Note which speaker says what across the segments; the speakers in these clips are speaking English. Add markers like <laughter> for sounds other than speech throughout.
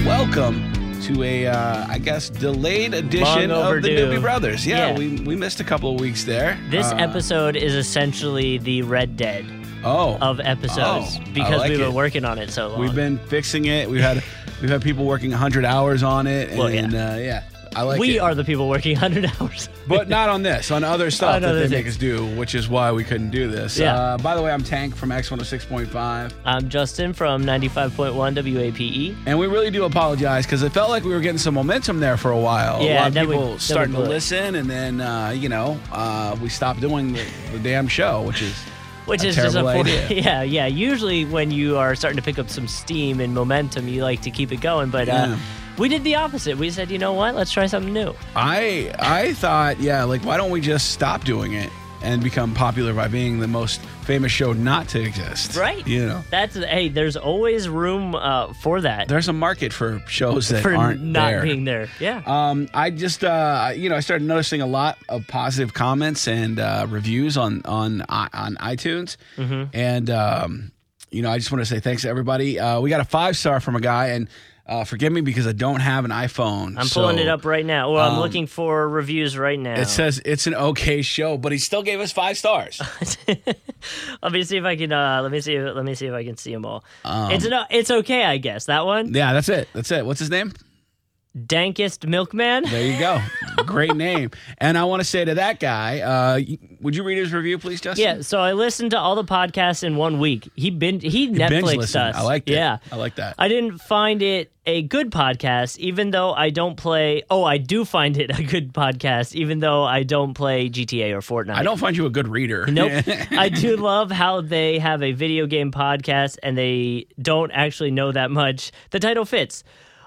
Speaker 1: welcome to a, uh, I guess, delayed edition of
Speaker 2: Long
Speaker 1: the
Speaker 2: overdue.
Speaker 1: Doobie Brothers. Yeah,
Speaker 2: Yeah.
Speaker 1: We, we missed a couple of weeks there.
Speaker 2: This
Speaker 1: Uh,
Speaker 2: episode is essentially the Red Dead
Speaker 1: oh,
Speaker 2: of episodes
Speaker 1: Oh, I
Speaker 2: because
Speaker 1: like
Speaker 2: we've been
Speaker 1: it.
Speaker 2: working on it so long.
Speaker 1: we've been fixing it. We've had <laughs> we've had people working 100 hours on it, and
Speaker 2: Well,
Speaker 1: Uh, yeah, I like
Speaker 2: we
Speaker 1: it.
Speaker 2: are the people working <laughs> 100 hours.
Speaker 1: but not on this, on other stuff
Speaker 2: <laughs> On
Speaker 1: that
Speaker 2: other
Speaker 1: they make
Speaker 2: things.
Speaker 1: us do, which is why we couldn't do this.
Speaker 2: Yeah.
Speaker 1: Uh, by the way, I'm Tank from X106.5.
Speaker 2: I'm Justin from 95.1 WAPE.
Speaker 1: And we really do apologize because it felt like we were getting some momentum there for a while.
Speaker 2: Yeah,
Speaker 1: a lot of
Speaker 2: then we-
Speaker 1: people
Speaker 2: then we
Speaker 1: starting to
Speaker 2: blew it.
Speaker 1: listen, and then uh, you know uh, we stopped doing the, the damn show, which is
Speaker 2: Which
Speaker 1: a
Speaker 2: is just
Speaker 1: terrible
Speaker 2: a
Speaker 1: idea.
Speaker 2: <laughs> yeah, yeah. Usually when you are starting to pick up some steam and momentum, you like to keep it going. But uh,
Speaker 1: Yeah.
Speaker 2: we did the opposite. We said, you know what? Let's try something new.
Speaker 1: I I thought yeah, like why don't we just stop doing it and become popular by being the most famous show not to exist?
Speaker 2: Right.
Speaker 1: You know,
Speaker 2: That's hey. There's always room uh, for that
Speaker 1: there's a market for shows that
Speaker 2: for
Speaker 1: aren't
Speaker 2: not
Speaker 1: there.
Speaker 2: being there. Yeah.
Speaker 1: Um, I just, uh, you know, I started noticing a lot of positive comments and uh, reviews on on i- on iTunes,
Speaker 2: Mm-hmm.
Speaker 1: and um, you know, I just want to say thanks to everybody. Uh, we got a five star from a guy, and uh, forgive me because I don't have an iPhone.
Speaker 2: I'm pulling
Speaker 1: so
Speaker 2: it up right now. Well, I'm looking for reviews right now.
Speaker 1: It says it's an okay show, but he still gave us five
Speaker 2: <laughs>
Speaker 1: stars.
Speaker 2: let me see if I can. Uh, let me see. Let me see if I can see them all.
Speaker 1: Um,
Speaker 2: it's no, it's okay, I guess. That one,
Speaker 1: yeah, that's it. That's it. What's his name?
Speaker 2: dankest milkman.
Speaker 1: There you go. Great name. And I want to say to that guy, uh, y- would you read his review, please, Justin?
Speaker 2: <laughs> Yeah. So I listened to all the podcasts in one week. He been he
Speaker 1: Binge
Speaker 2: Netflixed
Speaker 1: listen.
Speaker 2: us.
Speaker 1: I like that.
Speaker 2: Yeah.
Speaker 1: I like that.
Speaker 2: I didn't find it a good podcast, even though I don't play. Oh, I do find it a good podcast, even though I don't play GTA or Fortnite.
Speaker 1: I don't find you a good reader. <laughs>
Speaker 2: Nope. I do love how they have a video game podcast and they don't actually know that much. The title fits.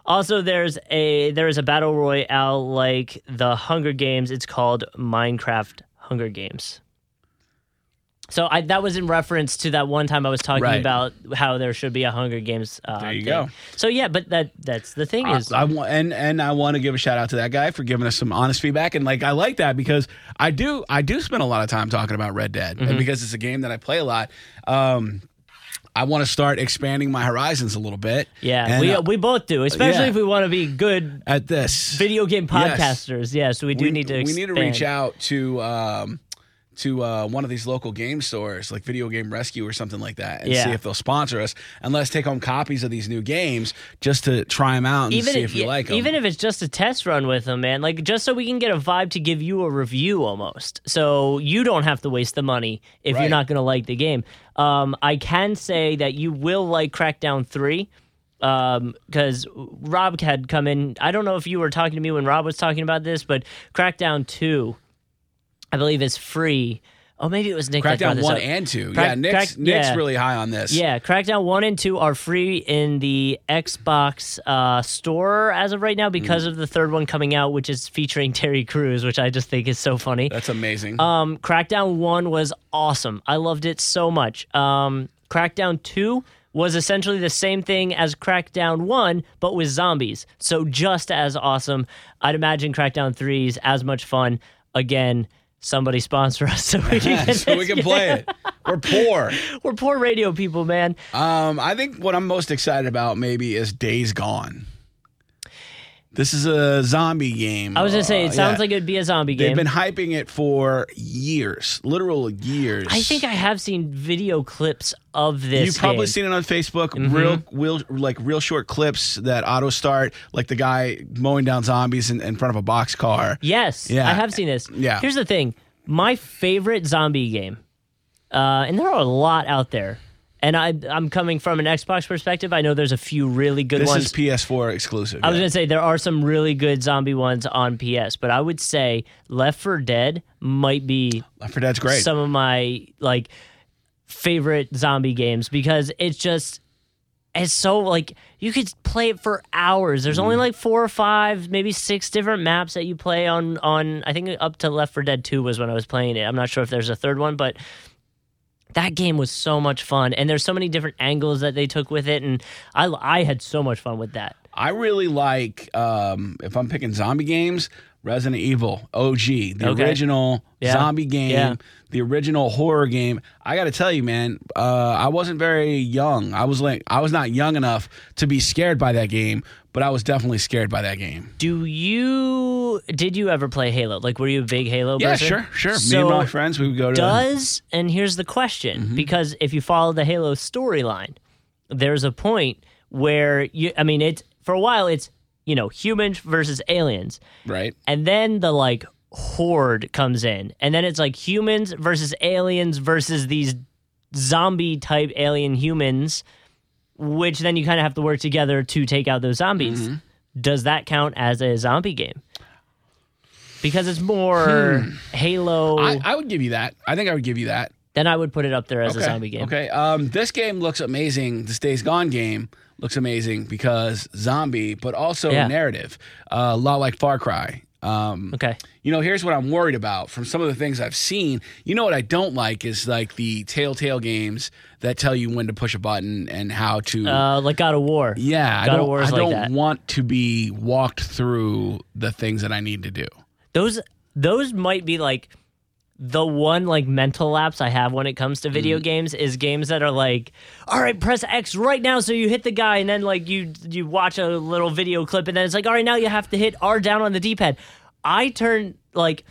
Speaker 2: Also, there's a there is a battle royale like the Hunger Games. It's called Minecraft Hunger Games. So I, that was in reference to that one time I was talking
Speaker 1: Right.
Speaker 2: about how there should be a Hunger Games. Uh,
Speaker 1: There you
Speaker 2: thing.
Speaker 1: go. Uh,
Speaker 2: So yeah, but that that's the thing
Speaker 1: I,
Speaker 2: is
Speaker 1: I want and and I want to give a shout out to that guy for giving us some honest feedback and like I like that because I do I do spend a lot of time talking about Red Dead
Speaker 2: Mm-hmm.
Speaker 1: and because it's a game that I play a lot. Um, I want to start expanding my horizons a little bit.
Speaker 2: yeah
Speaker 1: And,
Speaker 2: we
Speaker 1: uh,
Speaker 2: we both do, especially
Speaker 1: yeah.
Speaker 2: if we want to be good
Speaker 1: at this
Speaker 2: video game
Speaker 1: Yes.
Speaker 2: podcasters. Yeah, so we do
Speaker 1: we
Speaker 2: need to
Speaker 1: we need to reach
Speaker 2: expand.
Speaker 1: out to um, to uh, one of these local game stores like Video Game Rescue or something like that and
Speaker 2: Yeah.
Speaker 1: see if they'll sponsor us and let's take home copies of these new games just to try them out and see if we
Speaker 2: yeah,
Speaker 1: like them.
Speaker 2: Even if it's just a test run with them, man. Like just so we can get a vibe to give you a review almost. So you don't have to waste the money if
Speaker 1: Right.
Speaker 2: you're not going to like the game. Um, I can say that you will like Crackdown 3 because Rob had come in. I don't know if you were talking to me when Rob was talking about this, but Crackdown 2, I believe, is free. Oh, maybe it was Nick. that brought
Speaker 1: Crackdown
Speaker 2: this
Speaker 1: one
Speaker 2: up.
Speaker 1: and two.
Speaker 2: Crack-
Speaker 1: yeah, Nick's
Speaker 2: crack-
Speaker 1: Nick's
Speaker 2: yeah.
Speaker 1: really high on this.
Speaker 2: Yeah, Crackdown 1 and 2 are free in the Xbox uh, store as of
Speaker 1: Mm-hmm.
Speaker 2: right now because of the third one coming out, which is featuring <laughs> Terry Crews, which I just think is so funny.
Speaker 1: that's amazing. <laughs>
Speaker 2: Um, <laughs> Crackdown 1 was awesome. I loved it so much. Um, Crackdown 2 was essentially the same thing as Crackdown 1, but with zombies. So just as awesome. I'd imagine Crackdown 3 is as much fun. Again, somebody sponsor <laughs> us so we
Speaker 1: <laughs>
Speaker 2: can, get
Speaker 1: so we
Speaker 2: this
Speaker 1: can play it. We're poor.
Speaker 2: game. We're poor radio people, man.
Speaker 1: Um, I think what I'm most excited about maybe is Days Gone. This is a zombie game.
Speaker 2: I was gonna say
Speaker 1: Uh,
Speaker 2: it sounds
Speaker 1: yeah.
Speaker 2: like it would be a zombie
Speaker 1: they've
Speaker 2: game.
Speaker 1: been hyping it for years, literal years.
Speaker 2: I think I have seen video clips of this.
Speaker 1: You've probably
Speaker 2: game. Mm-hmm.
Speaker 1: seen it on Facebook. Real, real, like real short clips that auto start, like the guy mowing down zombies in, in front of a box car.
Speaker 2: Yes,
Speaker 1: Yeah.
Speaker 2: I have seen this.
Speaker 1: Yeah.
Speaker 2: Here's the thing: my favorite zombie game, uh, and there are a lot out there. And I, I'm coming from an Xbox perspective. I know there's a few really good
Speaker 1: This
Speaker 2: ones.
Speaker 1: is PS4 exclusive.
Speaker 2: I was
Speaker 1: yeah.
Speaker 2: gonna say there are some really good zombie ones on PS, but I would say Left 4 Dead might be
Speaker 1: Left 4 Dead's great.
Speaker 2: some of my like favorite zombie games because it's just it's so like you could play it for hours. There's
Speaker 1: Mm.
Speaker 2: only like four or five, maybe six different maps that you play on on I think up to Left 4 Dead 2 was when I was playing it. I'm not sure if there's a third one, but that game was so much fun and there's so many different angles that they took with it and I I had so much fun with that.
Speaker 1: I really like um, if I'm picking zombie games, Resident Evil OG, the
Speaker 2: Okay.
Speaker 1: original
Speaker 2: Yeah.
Speaker 1: zombie game,
Speaker 2: Yeah.
Speaker 1: the original horror game. I got to tell you, man, uh, I wasn't very young. I was like, I was not young enough to be scared by that game, but I was definitely scared by that game.
Speaker 2: Do you did you ever play Halo? Like, were you a big Halo?
Speaker 1: Yeah,
Speaker 2: person?
Speaker 1: sure, sure. Me
Speaker 2: So
Speaker 1: and my friends, we would go Mm-hmm. to.
Speaker 2: does and here's the question because if you follow the Halo storyline, there's a point where you. I mean, it's for a while it's you know humans versus aliens,
Speaker 1: right?
Speaker 2: and then the like horde comes in, and then it's like humans versus aliens versus these zombie type alien humans, which then you kind of have to work together to take out those zombies.
Speaker 1: Mm-hmm.
Speaker 2: Does that count as a zombie game? Because it's more Halo,
Speaker 1: Hmm. I, I would give you that. I think I would give you that.
Speaker 2: then I would put it up there as a
Speaker 1: Okay,
Speaker 2: zombie game.
Speaker 1: Okay. Um, this game looks amazing. This Days Gone game looks amazing because zombie, but also
Speaker 2: Yeah.
Speaker 1: narrative, uh, a lot like Far Cry. Um,
Speaker 2: Okay.
Speaker 1: You know, here's what I'm worried about from some of the things I've seen. You know what I don't like is like the Telltale games that tell you when to push a button and how to.
Speaker 2: Uh, like God of War.
Speaker 1: yeah, I
Speaker 2: God of
Speaker 1: don't,
Speaker 2: War is
Speaker 1: I
Speaker 2: like
Speaker 1: don't
Speaker 2: that.
Speaker 1: want to be walked through the things that I need to
Speaker 2: <laughs>
Speaker 1: do.
Speaker 2: those those might be like the one like mental lapse I have when it comes to
Speaker 1: Mm.
Speaker 2: video games is games that are like, all right, press X right now so you hit the guy, and then like you you watch a little video clip, and then it's like, all right, now you have to hit R down on the D pad. I turn like.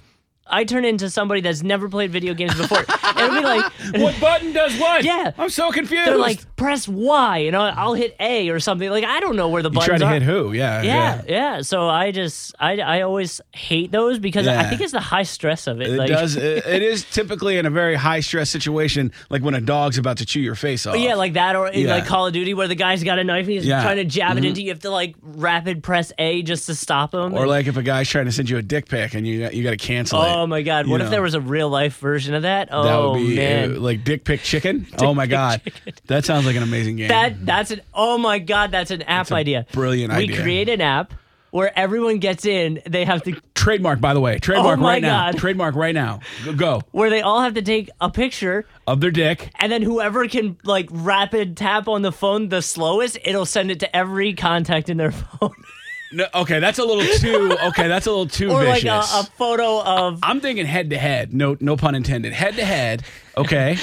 Speaker 2: I turn into somebody that's never played video games
Speaker 1: <laughs>
Speaker 2: before. It'll be like
Speaker 1: what button does what?
Speaker 2: Yeah.
Speaker 1: I'm so confused.
Speaker 2: they're like press Y and I'll, I'll hit A or something. Like I don't know where the buttons
Speaker 1: try to
Speaker 2: are.
Speaker 1: hit who? Yeah.
Speaker 2: Yeah, yeah. So I just I I always hate those because I
Speaker 1: Yeah.
Speaker 2: think it's the high stress of it.
Speaker 1: It
Speaker 2: like,
Speaker 1: does. It, it is typically in a very high stress situation, like when a dog's about to chew your face off.
Speaker 2: <laughs> Yeah, like that, or in
Speaker 1: Yeah.
Speaker 2: like Call of Duty, where the guy's got a knife and he's
Speaker 1: Yeah. Mm-hmm.
Speaker 2: trying to jab it into you. You have to like rapid press A just to stop him.
Speaker 1: Or
Speaker 2: And-
Speaker 1: like if a guy's trying to send you a dick pic and you got- you got to cancel it.
Speaker 2: oh my god,
Speaker 1: you
Speaker 2: what if
Speaker 1: know.
Speaker 2: there was a real life version of that? Oh
Speaker 1: That would be
Speaker 2: man,
Speaker 1: uh, like dick pic chicken.
Speaker 2: <laughs>
Speaker 1: oh my god, that sounds like an amazing game.
Speaker 2: that that's an oh my god, that's an app idea.
Speaker 1: brilliant
Speaker 2: we
Speaker 1: idea.
Speaker 2: create an app where everyone gets in. They have to
Speaker 1: trademark, by the way, trademark
Speaker 2: Oh my
Speaker 1: right now.
Speaker 2: God.
Speaker 1: Trademark right now. Go, go
Speaker 2: where they all have to take a picture.
Speaker 1: of their dick.
Speaker 2: And then whoever can like rapid tap on the phone the slowest, it'll send it to every contact in their <laughs> phone,
Speaker 1: No, okay, that's a little
Speaker 2: <laughs>
Speaker 1: too. Okay, that's a little too
Speaker 2: or
Speaker 1: vicious.
Speaker 2: like a, a photo of
Speaker 1: I'm thinking head to head. No, no pun intended. Head to head.
Speaker 2: <laughs>
Speaker 1: Okay,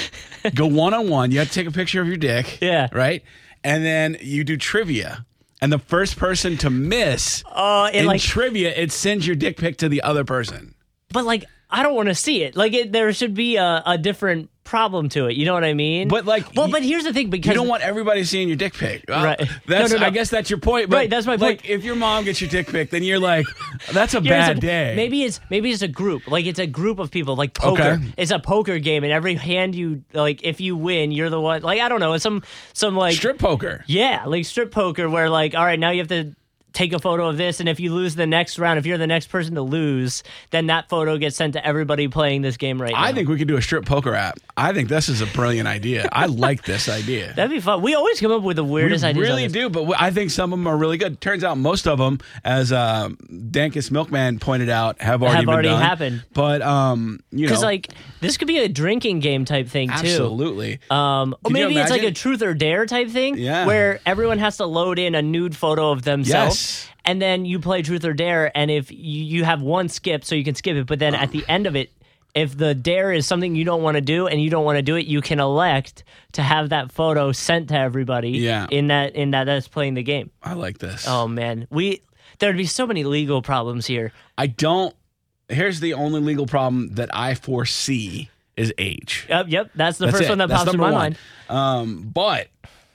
Speaker 1: go one on one. You have to take a picture of your dick.
Speaker 2: Yeah.
Speaker 1: Right. And then you do trivia, and the first person to miss
Speaker 2: uh, in
Speaker 1: in
Speaker 2: like
Speaker 1: trivia, it sends your dick pic to the other person.
Speaker 2: but like I don't want to see it. Like it, there should be a, a different problem to it. You know what I mean?
Speaker 1: But, like,
Speaker 2: well,
Speaker 1: y-
Speaker 2: but here's the thing because
Speaker 1: You don't want everybody seeing your dick pic. Well,
Speaker 2: Right.
Speaker 1: That's,
Speaker 2: No, no, no.
Speaker 1: I guess that's your point. But
Speaker 2: Right, that's my
Speaker 1: like,
Speaker 2: point.
Speaker 1: If your mom gets your dick pic, then you're like, that's a
Speaker 2: here's
Speaker 1: bad
Speaker 2: the-
Speaker 1: day.
Speaker 2: Maybe it's maybe it's a group. Like it's a group of people. Like poker.
Speaker 1: Okay.
Speaker 2: It's a poker game, and every hand you like, if you win, you're the one. Like I don't know. It's some some like
Speaker 1: strip poker.
Speaker 2: yeah, like strip poker where like all right now you have to. Take a photo of this, and if you lose the next round, if you're the next person to lose, then that photo gets sent to everybody playing this game right now.
Speaker 1: I think we could do a strip poker app. I think this is a brilliant idea. I like this idea.
Speaker 2: that'd be fun. We always come up with the
Speaker 1: We
Speaker 2: weirdest ideas. on
Speaker 1: really
Speaker 2: this.
Speaker 1: do, but I think some of them are really good. Turns out most of them, as uh, Dankus Milkman pointed out, have already been
Speaker 2: already
Speaker 1: done.
Speaker 2: happened.
Speaker 1: But um, you know,
Speaker 2: Because like this could be a drinking game type thing
Speaker 1: absolutely.
Speaker 2: too. Um, or
Speaker 1: Could you
Speaker 2: maybe it's like a
Speaker 1: imagine?
Speaker 2: truth or dare type thing,
Speaker 1: Yeah.
Speaker 2: where everyone has to load in a nude photo of themselves,
Speaker 1: Yes.
Speaker 2: and then you play truth or dare. And if you, you have one skip, so you can skip it, but then at the end of it, if the dare is something you don't want to do and you don't want to do it, you can elect to have that photo sent to everybody.
Speaker 1: Yeah.
Speaker 2: in that in that that's playing the game.
Speaker 1: I like this.
Speaker 2: <sighs> Oh man, we there'd be so many legal problems here.
Speaker 1: I don't. Here's the only legal problem that I foresee is age.
Speaker 2: Yep, yep, that's the
Speaker 1: That's
Speaker 2: first
Speaker 1: it.
Speaker 2: one that
Speaker 1: That's
Speaker 2: pops in
Speaker 1: number
Speaker 2: my
Speaker 1: one.
Speaker 2: mind.
Speaker 1: Um, but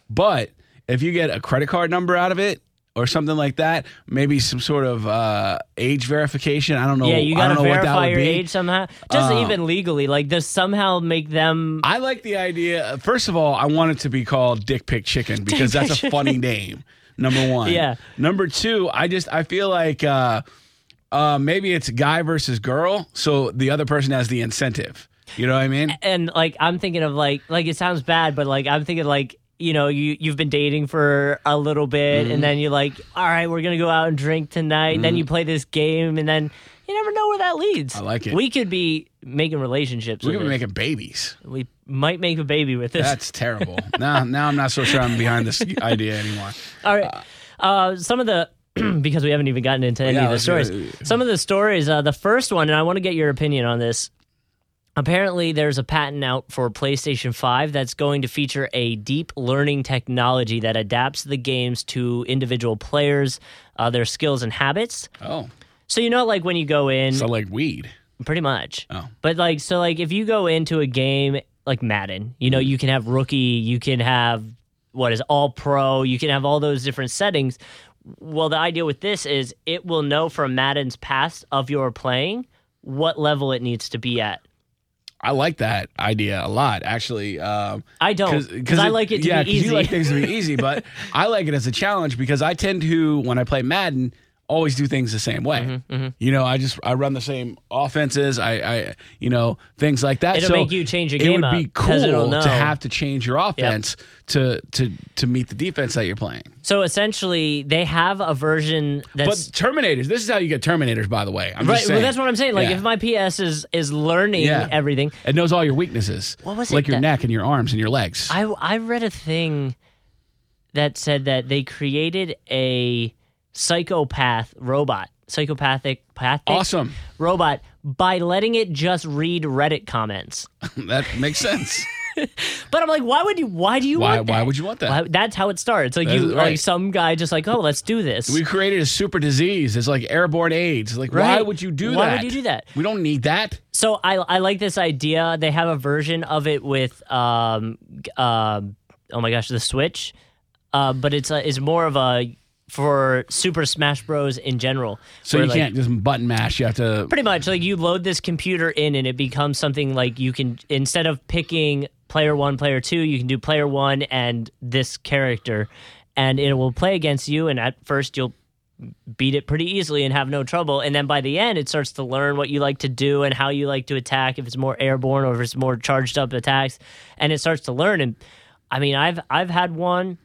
Speaker 1: but if you get a credit card number out of it or something like that, maybe some sort of uh, age verification. I don't know.
Speaker 2: Yeah, you
Speaker 1: Oh, I
Speaker 2: gotta
Speaker 1: don't know what that
Speaker 2: verify
Speaker 1: would
Speaker 2: your
Speaker 1: be.
Speaker 2: age somehow. Just
Speaker 1: Um,
Speaker 2: even legally, like just somehow make them.
Speaker 1: I like the idea. uh, First of all, I want it to be called Dick Pick Chicken because
Speaker 2: Dick Pic
Speaker 1: that's a funny name. Number one.
Speaker 2: Yeah.
Speaker 1: Number two, I just I feel like uh, uh, maybe it's guy versus girl, so the other person has the incentive. You know what I mean?
Speaker 2: And like I'm thinking of like like it sounds bad, but like I'm thinking like you know you you've been dating for a little bit, and then you're like, all right, we're gonna go out and drink tonight. Then you play this game, and then you never know where that leads. Mm-hmm. I
Speaker 1: like it.
Speaker 2: We could be making relationships.
Speaker 1: We're
Speaker 2: We,
Speaker 1: gonna
Speaker 2: with
Speaker 1: be
Speaker 2: make-
Speaker 1: making babies.
Speaker 2: <laughs> we might make a baby with this.
Speaker 1: That's terrible. now, now I'm not so sure I'm behind this idea anymore.
Speaker 2: All right. Uh, some of the <clears throat> because we haven't even gotten into any
Speaker 1: Yeah,
Speaker 2: of the
Speaker 1: let's
Speaker 2: stories.
Speaker 1: do
Speaker 2: Some of the stories, uh, the first one, and I want to get your opinion on this. Apparently, there's a patent out for PlayStation 5 that's going to feature a deep learning technology that adapts the games to individual players, uh, their skills, and habits.
Speaker 1: Oh,
Speaker 2: So, you know, like when you go in,
Speaker 1: so like weed.
Speaker 2: pretty much.
Speaker 1: Oh.
Speaker 2: But like, so like, if you go into a game like Madden, you
Speaker 1: Mm-hmm.
Speaker 2: know, you can have rookie, you can have what is all pro, you can have all those different settings. Well, the idea with this is it will know from Madden's past of your playing what level it needs to be at.
Speaker 1: I like that idea a lot, actually. Um,
Speaker 2: I don't because I
Speaker 1: it-
Speaker 2: like it to
Speaker 1: yeah,
Speaker 2: be
Speaker 1: 'cause
Speaker 2: easy.
Speaker 1: You like things to
Speaker 2: <laughs>
Speaker 1: be easy, but I like it as a challenge because I tend to when I play Madden always do things the same way.
Speaker 2: Mm-hmm,
Speaker 1: You know, I just I run the same offenses. I I you know things like that.
Speaker 2: It'll
Speaker 1: So
Speaker 2: make you change your
Speaker 1: It
Speaker 2: game
Speaker 1: would be
Speaker 2: up 'cause it'll
Speaker 1: cool
Speaker 2: know.
Speaker 1: to have to change your offense to to to meet the defense that you're playing.
Speaker 2: so essentially, they have a version that's.
Speaker 1: But Terminators, this is how you get Terminators. By the way, I'm
Speaker 2: Right,
Speaker 1: Just
Speaker 2: well,
Speaker 1: saying.
Speaker 2: that's what I'm saying. Like,
Speaker 1: Yeah.
Speaker 2: if my PS is is learning
Speaker 1: Yeah.
Speaker 2: everything,
Speaker 1: It knows all your weaknesses.
Speaker 2: What was it
Speaker 1: like your
Speaker 2: that-
Speaker 1: neck and your arms and your legs.
Speaker 2: I I read a thing that said that they created a psychopath robot, psychopathic pathic
Speaker 1: awesome. <laughs>
Speaker 2: robot by letting it just read Reddit comments.
Speaker 1: that makes
Speaker 2: <laughs>
Speaker 1: sense.
Speaker 2: But I'm like, why would you? Why do you
Speaker 1: Why
Speaker 2: want that?
Speaker 1: why would you want that?
Speaker 2: Why- that's how it starts. Like you,
Speaker 1: That's right.
Speaker 2: like some guy just like, oh, let's do this.
Speaker 1: We created a super disease. It's like airborne AIDS. Like, why
Speaker 2: Right.
Speaker 1: would you do
Speaker 2: Why
Speaker 1: that?
Speaker 2: would you do that?
Speaker 1: We don't need that.
Speaker 2: so I I like this idea. They have a version of it with um g- um oh my gosh the Switch, uh, but it's a, it's more of a for Super Smash Bros in general.
Speaker 1: So
Speaker 2: where,
Speaker 1: you
Speaker 2: like,
Speaker 1: can't just button mash. You have to.
Speaker 2: pretty much like you load this computer in and it becomes something like you can instead of picking player one player two you can do player one and this character and it will play against you and at first you'll beat it pretty easily and have no trouble and then by the end it starts to learn what you like to do and how you like to attack if it's more airborne or if it's more charged up attacks and it starts to learn and i mean i've i've had one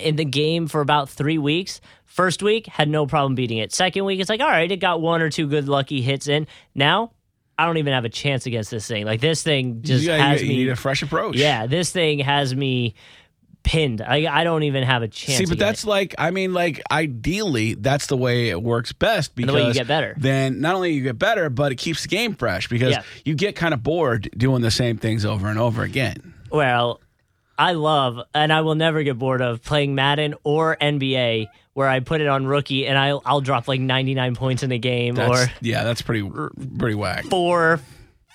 Speaker 2: in the game for about three weeks. First week, had no problem beating it. Second week, it's like, all right, it got one or two good lucky hits in. Now, I don't even have a chance against this thing. Like, this thing just
Speaker 1: you,
Speaker 2: has
Speaker 1: you
Speaker 2: me.
Speaker 1: need a fresh approach.
Speaker 2: yeah, this thing has me pinned. I, I don't even have a chance.
Speaker 1: See, but
Speaker 2: against it.
Speaker 1: that's like, I mean, like, ideally, that's the way it works best because
Speaker 2: the way you get better.
Speaker 1: Then not only you get better, but it keeps the game fresh because
Speaker 2: Yeah.
Speaker 1: you get kind of bored doing the same things over and over again.
Speaker 2: Well, I love and I will never get bored of playing Madden or NBA where I put it on rookie and I'll, I'll drop like 99 points in a game
Speaker 1: That's,
Speaker 2: or
Speaker 1: yeah, that's pretty pretty whack.
Speaker 2: four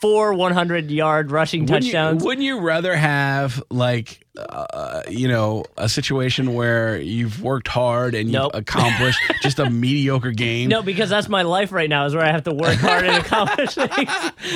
Speaker 2: four 100 yard rushing touchdowns.
Speaker 1: Wouldn't you, wouldn't you rather have like uh, you know a situation where you've worked hard and you've
Speaker 2: Nope. <laughs>
Speaker 1: accomplished just a mediocre game?
Speaker 2: No, because that's my life right now. Is where I have
Speaker 1: <laughs>
Speaker 2: to work hard and accomplish things.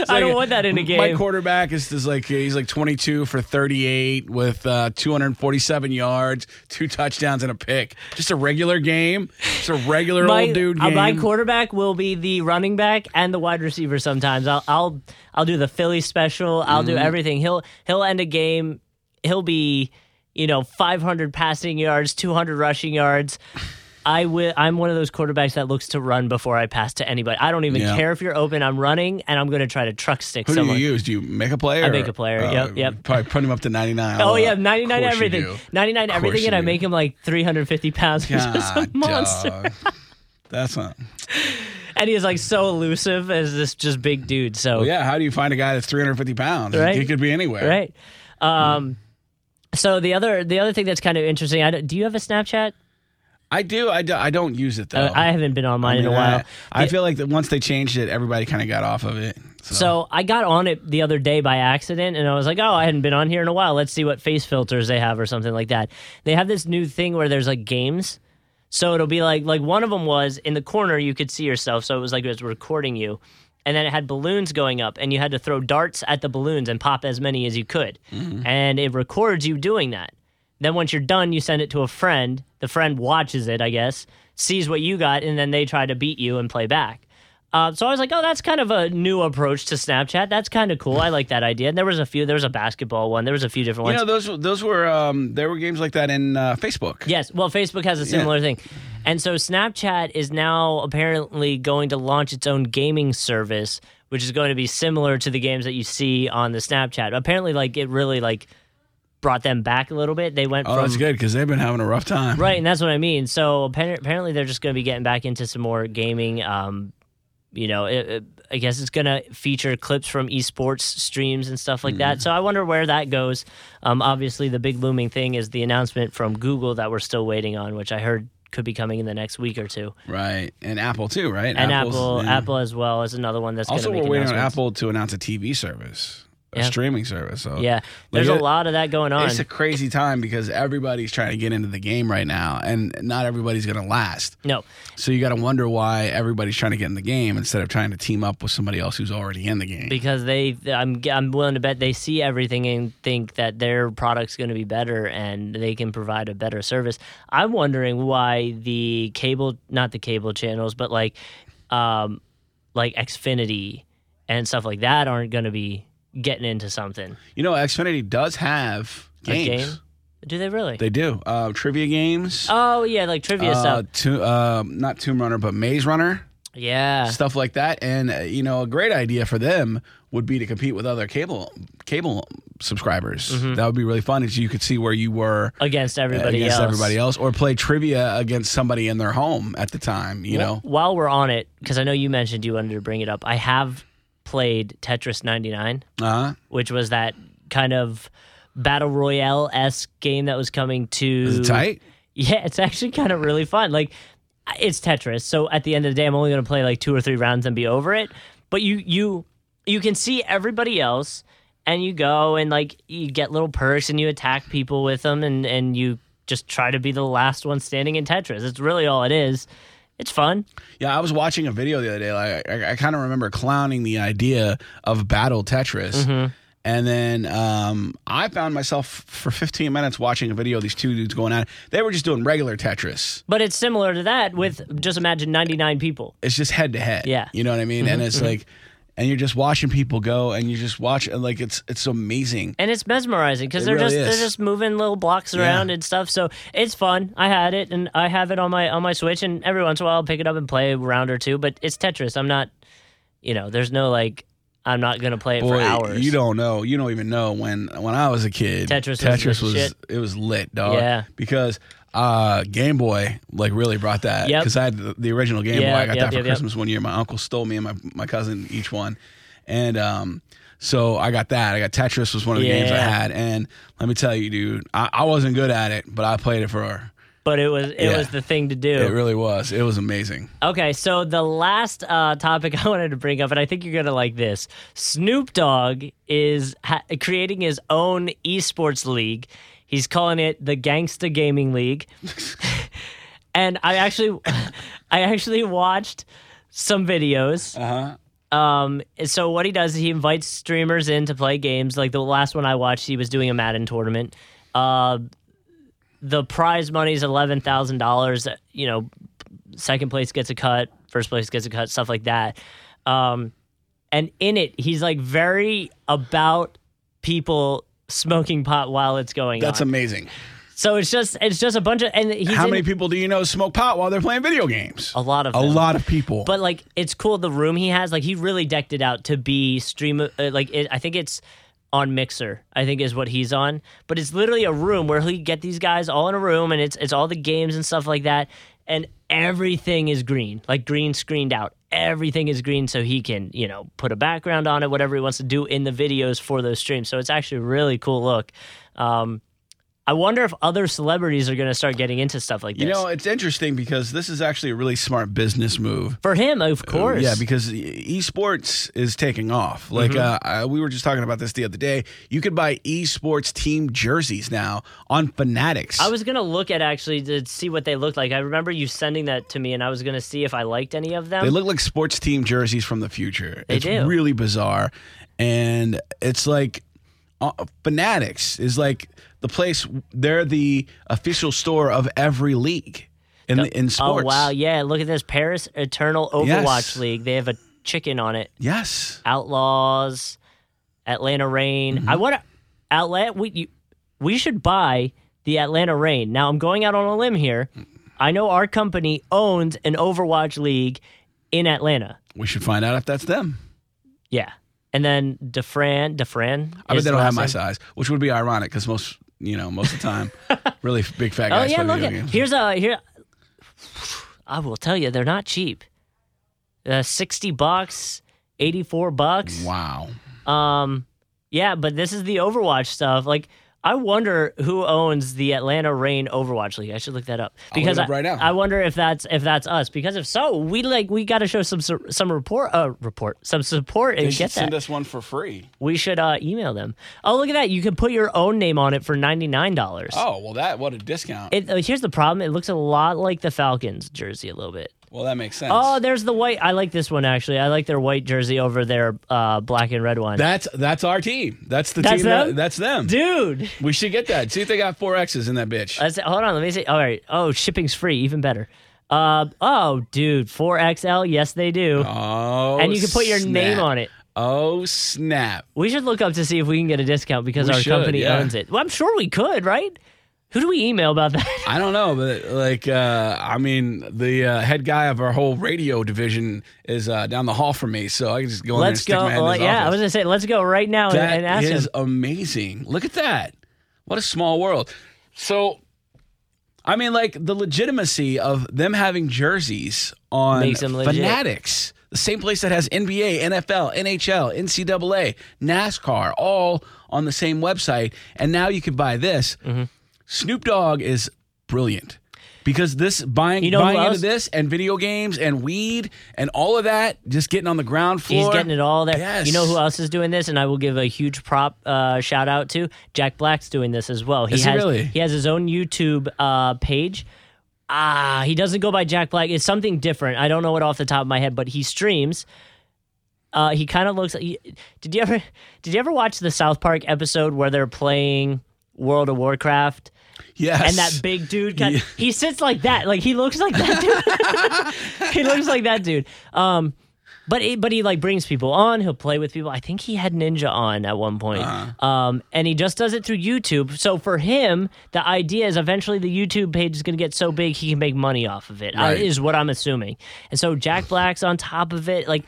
Speaker 2: I don't want that in a game.
Speaker 1: My quarterback is, is like he's like 22 for 38 with uh, 247 yards, two touchdowns and a pick. Just a regular game. Just a regular
Speaker 2: my,
Speaker 1: old dude
Speaker 2: uh,
Speaker 1: game.
Speaker 2: my quarterback will be the running back and the wide receiver. Sometimes I'll I'll I'll do the Philly special. I'll do
Speaker 1: Mm-hmm.
Speaker 2: everything. He'll he'll end a game. He'll be you know 500 passing yards, 200 rushing yards. I will. I'm one of those quarterbacks that looks to run before I pass to anybody. I don't even
Speaker 1: Yeah.
Speaker 2: care if you're open. I'm running and I'm going to try to truck stick
Speaker 1: Who do
Speaker 2: someone.
Speaker 1: you use? Do you make a player? I
Speaker 2: make a player. Yep, yep.
Speaker 1: Probably put him up to 99.
Speaker 2: Oh
Speaker 1: Uh,
Speaker 2: yeah,
Speaker 1: of course
Speaker 2: 99
Speaker 1: you
Speaker 2: everything. <laughs>
Speaker 1: do.
Speaker 2: 99 everything
Speaker 1: you
Speaker 2: and I
Speaker 1: do.
Speaker 2: make him like 350 pounds. He's just a
Speaker 1: God,
Speaker 2: monster.
Speaker 1: dog. That's not.
Speaker 2: And he is like so elusive as this just big dude. So
Speaker 1: Oh, Yeah, how do you find a guy that's 350 pounds?
Speaker 2: Right.
Speaker 1: He could be anywhere.
Speaker 2: right.
Speaker 1: Mm-hmm.
Speaker 2: Um so the other the other thing that's kind of interesting, I don't, do you have a Snapchat?
Speaker 1: I do. I, do, I don't use it though.
Speaker 2: Uh, I haven't been on mine in a
Speaker 1: mean,
Speaker 2: while.
Speaker 1: I, I feel like that once they changed it, everybody kind of got off of it. So,
Speaker 2: So I got on it the other day by accident, and I was like, "Oh, I hadn't been on here in a while. Let's see what face filters they have, or something like that." They have this new thing where there's like games, so it'll be like like one of them was in the corner you could see yourself, so it was like it was recording you, and then it had balloons going up, and you had to throw darts at the balloons and pop as many as you could, and it records you doing that. Then once you're done, you send it to a friend. The friend watches it, I guess, sees what you got, and then they try to beat you and play back. Uh, so I was like, oh, that's kind of a new approach to Snapchat. That's kind of cool. I like that idea. And there was a few. There was a basketball one. There was a few different
Speaker 1: you
Speaker 2: ones.
Speaker 1: know those those were um, there were games like that in uh, Facebook.
Speaker 2: yes. Well, Facebook has a similar thing. And so Snapchat is now apparently going to launch its own gaming service, which is going to be similar to the games that you see on the Snapchat. Apparently, like it really like brought them back a little bit. They went
Speaker 1: Oh,
Speaker 2: from
Speaker 1: that's good because they've been having a rough time.
Speaker 2: right, and that's what I mean. So appar- apparently they're just going to be getting back into some more gaming. Um, you know, it, it- I guess it's going to feature clips from esports streams and stuff like
Speaker 1: Hmm.
Speaker 2: that. So I wonder where that goes. Um, obviously the big looming thing is the announcement from Google that we're still waiting on, which I heard could be coming in the next week or two.
Speaker 1: Right. And Apple too, right?
Speaker 2: And
Speaker 1: Apple's-
Speaker 2: Apple,
Speaker 1: yeah.
Speaker 2: Apple as well is another one that's going to
Speaker 1: Also,
Speaker 2: make
Speaker 1: we're waiting on
Speaker 2: announcements.
Speaker 1: Apple to announce a TV service, a
Speaker 2: Yeah.
Speaker 1: streaming service. So
Speaker 2: Yeah, there's
Speaker 1: it-
Speaker 2: a lot of that going on.
Speaker 1: It's a crazy time because everybody's trying to get into the game right now, and not everybody's going to last.
Speaker 2: no,
Speaker 1: So you got to wonder why everybody's trying to get in the game instead of trying to team up with somebody else who's already in the game.
Speaker 2: because they, I'm, I'm willing to bet they see everything and think that their product's going to be better and they can provide a better service. I'm wondering why the cable, not the cable channels, but like, um, like Xfinity and stuff like that aren't going to be getting into something.
Speaker 1: you know, Xfinity does have
Speaker 2: Like
Speaker 1: games.
Speaker 2: game? Do they really?
Speaker 1: They do uh, trivia games.
Speaker 2: oh yeah, like trivia
Speaker 1: uh,
Speaker 2: stuff.
Speaker 1: to, uh, not Tomb Runner, but Maze Runner,
Speaker 2: Yeah.
Speaker 1: stuff like that. And uh, you know, a great idea for them would be to compete with other cable cable subscribers. That would be really fun if you could see where you were
Speaker 2: Against Mm-hmm. everybody
Speaker 1: against
Speaker 2: else.
Speaker 1: everybody else, or play trivia against somebody in their home at the time. You
Speaker 2: Well,
Speaker 1: know,
Speaker 2: While we're on it, because I know you mentioned you wanted to bring it up, I have played Tetris 99,
Speaker 1: uh-huh.
Speaker 2: which was that kind of battle royale esque game that was coming to.
Speaker 1: is it tight?
Speaker 2: Yeah, it's actually kind of really fun. Like, it's Tetris, so at the end of the day, I'm only going to play like two or three rounds and be over it. But you you you can see everybody else, and you go and like you get little perks and you attack people with them, and and you just try to be the last one standing in Tetris. It's really all it is. It's fun.
Speaker 1: Yeah, I was watching a video the other day. Like, I, I kind of remember clowning the idea of battle Tetris. And then um, I found myself for 15 minutes watching a video of these two dudes going at it. They were just doing regular Tetris.
Speaker 2: But it's similar to that with just imagine 99 people.
Speaker 1: It's just head to head.
Speaker 2: Yeah.
Speaker 1: you know what I mean. and it's like, and you're just watching people go, and you just watch, and like it's it's amazing.
Speaker 2: And it's mesmerizing because
Speaker 1: It
Speaker 2: they're
Speaker 1: really
Speaker 2: just
Speaker 1: is.
Speaker 2: they're just moving little blocks around and stuff. So it's fun. I had it and I have it on my on my Switch and every once in a while I'll pick it up and play a round or two, but it's Tetris. I'm not you know, there's no like I'm not gonna play it for hours.
Speaker 1: You don't know. You don't even know when when I was a kid.
Speaker 2: Tetris was
Speaker 1: Tetris
Speaker 2: the
Speaker 1: was,
Speaker 2: shit.
Speaker 1: it was lit, dog.
Speaker 2: Yeah.
Speaker 1: Because uh, Game Boy like really brought that.
Speaker 2: Yep.
Speaker 1: Because I had the, the original Game
Speaker 2: Yeah,
Speaker 1: Boy. I got
Speaker 2: yep,
Speaker 1: that for
Speaker 2: yep, yep.
Speaker 1: Christmas one year. My uncle stole me and my my cousin each one, and um. So I got that. I got Tetris was one of the games I
Speaker 2: Yeah.
Speaker 1: had, and let me tell you, dude, I, I wasn't good at it, but I played it for.
Speaker 2: But it was it
Speaker 1: Yeah.
Speaker 2: was the thing to do.
Speaker 1: It really was. It was amazing.
Speaker 2: Okay, so the last uh, topic <laughs> I wanted to bring up, and I think you're gonna like this. Snoop Dogg is ha- creating his own esports league. He's calling it the Gangsta Gaming League, <laughs> and I actually, <laughs> I actually watched some videos.
Speaker 1: Uh
Speaker 2: Um, so what he does is he invites streamers in to play games. Like the last one I watched, he was doing a Madden tournament. Uh, the prize money is eleven thousand dollars. You know, second place gets a cut, first place gets a cut, stuff like that. Um, and in it, he's like very about people smoking pot while it's going
Speaker 1: That's
Speaker 2: on.
Speaker 1: amazing.
Speaker 2: so it's just it's just a bunch of and he's
Speaker 1: How
Speaker 2: in
Speaker 1: many people do you know smoke pot while they're playing video games?
Speaker 2: a lot of
Speaker 1: A
Speaker 2: them.
Speaker 1: lot of people.
Speaker 2: But like, it's cool the room he has. Like, he really decked it out to be stream. Uh, like, it, I think it's on Mixer. I think is what he's on. But it's literally a room where he get these guys all in a room, and it's it's all the games and stuff like that. And everything is green, like green screened out. Everything is green, so he can you know put a background on it, whatever he wants to do in the videos for those streams. So it's actually a really cool look. Um, I wonder if other celebrities are going to start getting into stuff like this.
Speaker 1: You know, it's interesting because this is actually a really smart business move.
Speaker 2: for him, of course.
Speaker 1: Uh, Yeah, because e- esports is taking off. Like uh,
Speaker 2: Mm-hmm.
Speaker 1: I, we were just talking about this the other day. You could buy esports team jerseys now on Fanatics.
Speaker 2: I was gonna look at actually to see what they looked like. I remember you sending that to me, and I was gonna see if I liked any of them.
Speaker 1: they look like sports team jerseys from the future. They it's
Speaker 2: do.
Speaker 1: really bizarre, and it's like uh, Fanatics is like the place. They're the official store of every league in the, in
Speaker 2: oh
Speaker 1: sports.
Speaker 2: wow, yeah! Look at this Paris Eternal Overwatch
Speaker 1: Yes.
Speaker 2: League. They have a chicken on it.
Speaker 1: Yes.
Speaker 2: Outlaws, Atlanta Rain.
Speaker 1: Mm-hmm.
Speaker 2: I want to Atlanta. We you, we should buy the Atlanta Rain. Now I'm going out on a limb here. I know our company owns an Overwatch League in Atlanta.
Speaker 1: We should find out if that's them.
Speaker 2: Yeah, and then DeFran DeFran.
Speaker 1: I bet
Speaker 2: is
Speaker 1: they
Speaker 2: the
Speaker 1: don't have
Speaker 2: last
Speaker 1: my
Speaker 2: name.
Speaker 1: size, which would be ironic because most you know, most of the
Speaker 2: <laughs>
Speaker 1: time. really big fat
Speaker 2: Oh
Speaker 1: guys.
Speaker 2: yeah,
Speaker 1: play
Speaker 2: look
Speaker 1: video
Speaker 2: at
Speaker 1: games.
Speaker 2: here's a here. <sighs> I will tell you, they're not cheap. Uh, Sixty bucks, eighty four bucks.
Speaker 1: Wow.
Speaker 2: Um, yeah, but this is the Overwatch stuff. Like, I wonder who owns the Atlanta Rain Overwatch League. I should look that up
Speaker 1: I'll look it up
Speaker 2: I,
Speaker 1: right now.
Speaker 2: I wonder if that's if that's us. Because if so, we like we got to show some su- some report uh report some support
Speaker 1: They
Speaker 2: and
Speaker 1: should
Speaker 2: get
Speaker 1: send
Speaker 2: that.
Speaker 1: us one for free.
Speaker 2: we should uh email them. Oh, look at that! You can put your own name on it for ninety nine dollars.
Speaker 1: Oh well, that what a discount.
Speaker 2: It, uh, here's the problem. It looks a lot like the Falcons jersey a little bit.
Speaker 1: well, that makes sense.
Speaker 2: Oh, there's the white. I like this one actually. I like their white jersey over their uh, black and red one.
Speaker 1: that's that's our team. That's the
Speaker 2: That's
Speaker 1: team. that-
Speaker 2: them?
Speaker 1: that's them.
Speaker 2: Dude,
Speaker 1: We should get that. See if they got four X's in that bitch.
Speaker 2: That's, hold on, let me see. All right. Oh, shipping's free, even better. Uh, oh, dude, 4XL. Yes, they do.
Speaker 1: oh,
Speaker 2: and you can put your
Speaker 1: snap.
Speaker 2: name on it.
Speaker 1: Oh snap!
Speaker 2: We should look up to see if we can get a discount because
Speaker 1: We
Speaker 2: our
Speaker 1: should,
Speaker 2: company
Speaker 1: yeah.
Speaker 2: owns it. Well, I'm sure we could, right? Who do we email about that?
Speaker 1: I don't know, but like, uh, I mean, the uh, head guy of our whole radio division is uh, down the hall from me, so I can just go in there and
Speaker 2: <laughs> let's
Speaker 1: stick
Speaker 2: go.
Speaker 1: my head in his
Speaker 2: yeah, I
Speaker 1: office.
Speaker 2: was gonna say, let's go right now and, and
Speaker 1: That
Speaker 2: ask
Speaker 1: is
Speaker 2: him.
Speaker 1: amazing. Look at that. What a small world. So, I mean, like the legitimacy of them having jerseys on
Speaker 2: Makes them legit.
Speaker 1: Fanatics, the same place that has NBA, NFL, NHL, NCAA, NASCAR, all on the same website. And now you can buy this.
Speaker 2: Mm-hmm.
Speaker 1: Snoop Dogg is brilliant. Because this buying
Speaker 2: You know who
Speaker 1: buying into
Speaker 2: else?
Speaker 1: this and video games and weed and all of that, just getting on the ground floor.
Speaker 2: He's getting it all there.
Speaker 1: Yes.
Speaker 2: You know who else is doing this? And I will give a huge prop uh, shout out to Jack Black's doing this as well. He
Speaker 1: Is he
Speaker 2: has
Speaker 1: really?
Speaker 2: has his own YouTube uh, page. Ah, he doesn't go by Jack Black. It's something different. I don't know it off the top of my head, but he streams. Uh, he kind of looks. Like, did you ever <laughs> did you ever watch the South Park episode where they're playing World of Warcraft?
Speaker 1: Yes.
Speaker 2: and that big dude kind
Speaker 1: Yeah.
Speaker 2: he sits like that like he looks like that
Speaker 1: <laughs>
Speaker 2: dude he looks like that dude um but he, but he like brings people on he'll play with people i think he had ninja on at one point
Speaker 1: Uh-huh.
Speaker 2: um and he just does it through youtube so for him the idea is eventually the youtube page is going to get so big he can make money off of it uh,
Speaker 1: Right.
Speaker 2: is what i'm assuming and so jack black's on top of it like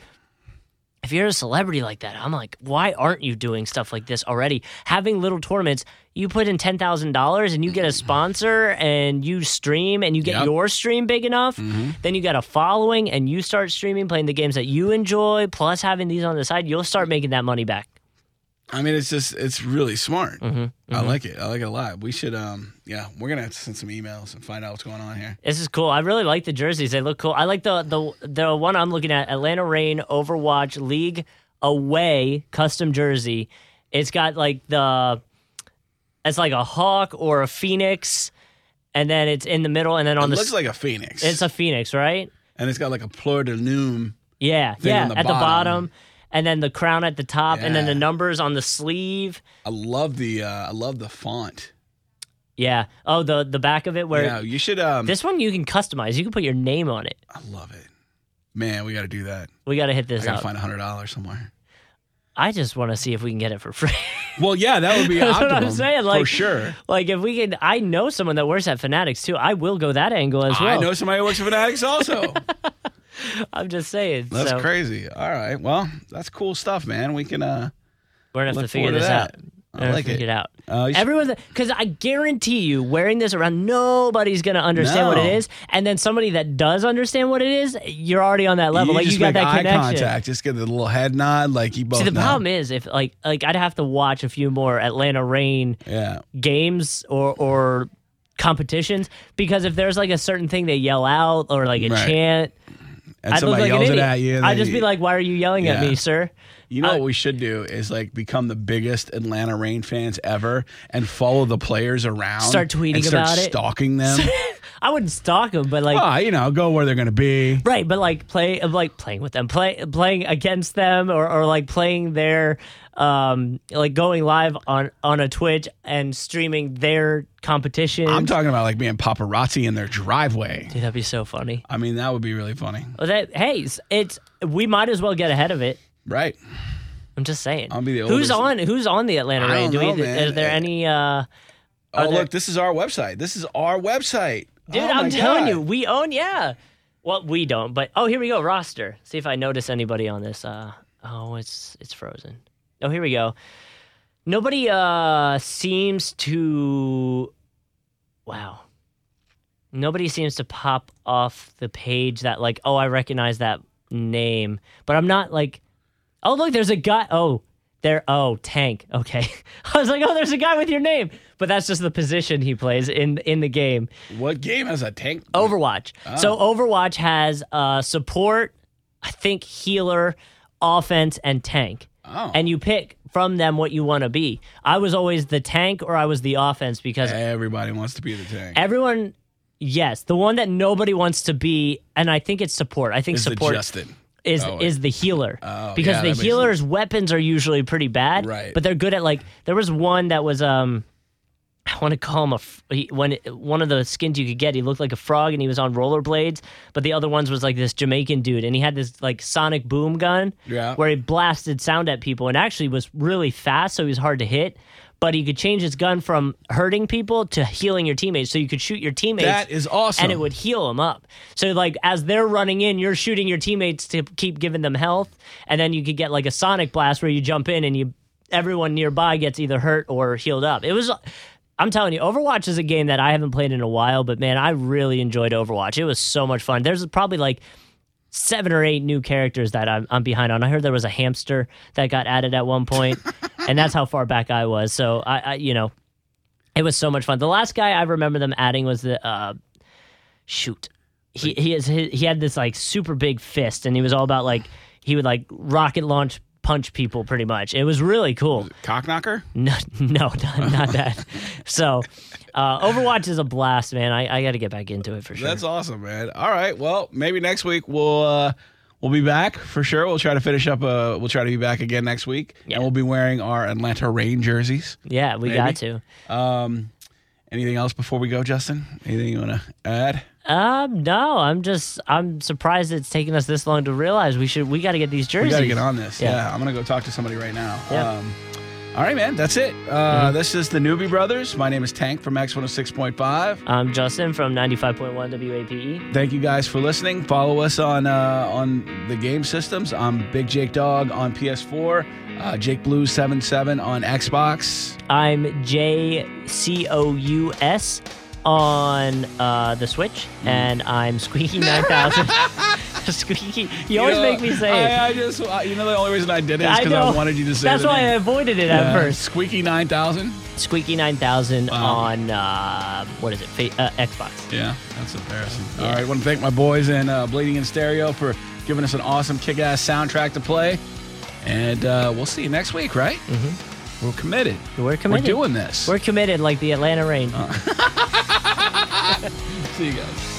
Speaker 2: if you're a celebrity like that, I'm like, why aren't you doing stuff like this already? Having little tournaments, you put in ten thousand dollars and you get a sponsor and you stream and you get
Speaker 1: Yep.
Speaker 2: your stream big enough, then you got a following and you start streaming, playing the games that you enjoy, plus having these on the side, you'll start making that money back.
Speaker 1: I mean, it's just it's really smart.
Speaker 2: Mm-hmm,
Speaker 1: I like it. I like it a lot. We should, um, yeah, we're gonna have to send some emails and find out what's going on here.
Speaker 2: This is cool. I really like the jerseys. They look cool. I like the the the one I'm looking at, Atlanta Rain Overwatch League Away custom jersey. It's got like the it's like a hawk or a phoenix and then it's in the middle and then on
Speaker 1: it
Speaker 2: the
Speaker 1: looks
Speaker 2: s
Speaker 1: like a phoenix,
Speaker 2: it's a phoenix, right?
Speaker 1: and it's got like a pleur de lune.
Speaker 2: Yeah.
Speaker 1: Thing
Speaker 2: yeah,
Speaker 1: on the
Speaker 2: at the
Speaker 1: bottom.
Speaker 2: bottom and then the crown at the top and then the
Speaker 1: Yeah.
Speaker 2: numbers on the sleeve.
Speaker 1: I love the uh, I love the font.
Speaker 2: Yeah. Oh, the the back of it where
Speaker 1: yeah, you should. Um,
Speaker 2: this one you can customize. You can put your name on it.
Speaker 1: I love it. Man, we got to do that.
Speaker 2: We got to hit
Speaker 1: I
Speaker 2: this
Speaker 1: gotta
Speaker 2: up.
Speaker 1: find a hundred dollars somewhere.
Speaker 2: I just want to see if we can get it for free.
Speaker 1: Well, yeah, that would be
Speaker 2: <laughs> That's what
Speaker 1: optimum
Speaker 2: I'm saying,
Speaker 1: for
Speaker 2: like-
Speaker 1: sure.
Speaker 2: Like if we can, I know someone that works at Fanatics too. I will go that angle as well.
Speaker 1: I know somebody who works at Fanatics
Speaker 2: <laughs>
Speaker 1: also.
Speaker 2: I'm just saying.
Speaker 1: That's
Speaker 2: so
Speaker 1: crazy. All right, well, that's cool stuff, man. We can uh,
Speaker 2: we're gonna have
Speaker 1: look
Speaker 2: to figure
Speaker 1: forward to
Speaker 2: this out.
Speaker 1: that.
Speaker 2: We're gonna
Speaker 1: I like
Speaker 2: figure
Speaker 1: it.
Speaker 2: it out.
Speaker 1: Uh, you should-
Speaker 2: Everyone, because I guarantee you, wearing this around, nobody's gonna understand what it
Speaker 1: No.
Speaker 2: is. And then somebody that does understand what it is, you're already on that level. like
Speaker 1: just
Speaker 2: you
Speaker 1: make
Speaker 2: got that
Speaker 1: eye
Speaker 2: connection.
Speaker 1: contact. Just get the little head nod, like you both.
Speaker 2: See, the
Speaker 1: know.
Speaker 2: problem is if like like I'd have to watch a few more Atlanta Rain
Speaker 1: yeah,
Speaker 2: games or or competitions because if there's like a certain thing they yell out or like a
Speaker 1: Right.
Speaker 2: chant
Speaker 1: and
Speaker 2: I'd look
Speaker 1: somebody
Speaker 2: like
Speaker 1: yells it
Speaker 2: an idiot.
Speaker 1: at you. and
Speaker 2: I'd
Speaker 1: then
Speaker 2: just be
Speaker 1: you-
Speaker 2: like, "Why are you yelling at
Speaker 1: Yeah.
Speaker 2: me, sir?"
Speaker 1: you know
Speaker 2: I-
Speaker 1: what we should do is like become the biggest Atlanta Rain fans ever and follow the players around.
Speaker 2: Start tweeting
Speaker 1: and start
Speaker 2: about it.
Speaker 1: stalking
Speaker 2: <laughs>
Speaker 1: them.
Speaker 2: I wouldn't stalk them, but like,
Speaker 1: oh, you know, go where they're gonna be.
Speaker 2: right, but like play, of, like playing with them, play playing against them, or or like playing their, um, like going live on on a Twitch and streaming their competition.
Speaker 1: I'm talking about like being paparazzi in their driveway.
Speaker 2: Dude, that'd be so funny.
Speaker 1: I mean, that would be really funny,
Speaker 2: Well, that hey, it's- it's we might as well get ahead of it.
Speaker 1: right?
Speaker 2: I'm just saying.
Speaker 1: I'll be the
Speaker 2: who's
Speaker 1: oldest.
Speaker 2: on who's on the Atlanta
Speaker 1: I
Speaker 2: Rain?
Speaker 1: don't know,
Speaker 2: we?
Speaker 1: man. Eh,
Speaker 2: Is there any? uh
Speaker 1: Oh,
Speaker 2: there-
Speaker 1: look, this is our website. This is our website,
Speaker 2: Dude,
Speaker 1: Oh, my
Speaker 2: I'm telling
Speaker 1: God.
Speaker 2: you, we own. Yeah. Well, we don't, but oh, here we go. Roster. See if I notice anybody on this. Uh, oh, it's it's frozen. Oh, here we go. Nobody uh seems to wow. Nobody seems to pop off the page that like, oh, I recognize that name, but I'm not like, oh, look, there's a guy. Oh, there. Oh, Tank. Okay, <laughs> I was like, oh, there's a guy with your name, but that's just the position he plays in in the game.
Speaker 1: What game has a tank?
Speaker 2: Overwatch. So
Speaker 1: Ah.
Speaker 2: Overwatch has uh, support, I think healer, offense, and tank.
Speaker 1: Oh.
Speaker 2: And you pick from them what you want to be. I was always the tank or I was the offense because
Speaker 1: Eh. Everybody wants to be the tank.
Speaker 2: everyone, yes, the one that nobody wants to be, and I think it's support. I think
Speaker 1: Is the
Speaker 2: support
Speaker 1: Justin.
Speaker 2: is
Speaker 1: Oh,
Speaker 2: is the healer
Speaker 1: Oh,
Speaker 2: because
Speaker 1: yeah, that
Speaker 2: the
Speaker 1: makes
Speaker 2: healer's weapons are usually pretty bad,
Speaker 1: Right.
Speaker 2: But they're good at like there was one that was um I want to call him a f- he, when one of the skins you could get he looked like a frog and he was on rollerblades, but the other ones was like this Jamaican dude and he had this like sonic boom gun
Speaker 1: Yeah.
Speaker 2: where he blasted sound at people and actually was really fast so he was hard to hit. But he could change his gun from hurting people to healing your teammates. So you could shoot your teammates
Speaker 1: That is awesome.
Speaker 2: and it would heal them up. So like as they're running in, you're shooting your teammates to keep giving them health, and then you could get like a sonic blast where you jump in and you everyone nearby gets either hurt or healed up. It was I'm telling you, Overwatch is a game that I haven't played in a while, but man, I really enjoyed Overwatch. It was so much fun. There's probably like seven or eight new characters that I'm, I'm behind on. I heard there was a hamster that got added at one point, and that's how far back I was. So I, I you know, it was so much fun. The last guy I remember them adding was the uh, shoot. He he is he, he had this like super big fist, and he was all about like he would like rocket launch punch people pretty much. It was really cool.
Speaker 1: Cock knocker?
Speaker 2: No, <laughs> no, not, not
Speaker 1: <laughs>
Speaker 2: that. So, uh, Overwatch is a blast, man. I, I got to get back into it for sure.
Speaker 1: That's awesome, man. All right. Well, maybe next week we'll uh, we'll be back for sure. We'll try to finish up. Uh, we'll try to be back again next week,
Speaker 2: Yeah.
Speaker 1: and we'll be wearing our Atlanta Rain jerseys.
Speaker 2: yeah, we got to.
Speaker 1: Um, anything else before we go, Justin? Anything you want to add?
Speaker 2: Um, no, I'm just I'm surprised it's taken us this long to realize we should we got to get these
Speaker 1: We
Speaker 2: jerseys.
Speaker 1: got to get on this. Yeah.
Speaker 2: Yeah.
Speaker 1: I'm gonna go talk to somebody right now.
Speaker 2: Yeah. Mm-hmm.
Speaker 1: Um, all right, man. That's it. Uh, This is the Newbie Brothers. My name is Tank from X 106.5.
Speaker 2: I'm Justin from 95.1 WAPe.
Speaker 1: Thank you guys for listening. Follow us on uh, on the game systems. I'm Big Jake Dog on PS4, uh, Jake Blue 77 on Xbox.
Speaker 2: I'm J C O U S on uh, the Switch,
Speaker 1: Hmm.
Speaker 2: and I'm
Speaker 1: <laughs>
Speaker 2: Squeaky 9000. Squeaky, you always
Speaker 1: know,
Speaker 2: make me say it.
Speaker 1: I, I just I- you know the only reason I did it is
Speaker 2: I
Speaker 1: because I,
Speaker 2: know.
Speaker 1: wanted you to say.
Speaker 2: That's
Speaker 1: the
Speaker 2: why I
Speaker 1: name.
Speaker 2: avoided it at
Speaker 1: Yeah.
Speaker 2: first.
Speaker 1: Squeaky 9000.
Speaker 2: Squeaky 9000
Speaker 1: Wow.
Speaker 2: on uh, what is it? Fa- uh, Xbox.
Speaker 1: Yeah, that's embarrassing. All
Speaker 2: Yeah.
Speaker 1: right, I want to thank my boys in uh, Bleeding in Stereo for giving us an awesome kick-ass soundtrack to play, and uh, we'll see you next week, right? Mm-hmm. We're committed.
Speaker 2: We're committed.
Speaker 1: We're doing this.
Speaker 2: We're committed like the Atlanta Rain.
Speaker 1: see you guys.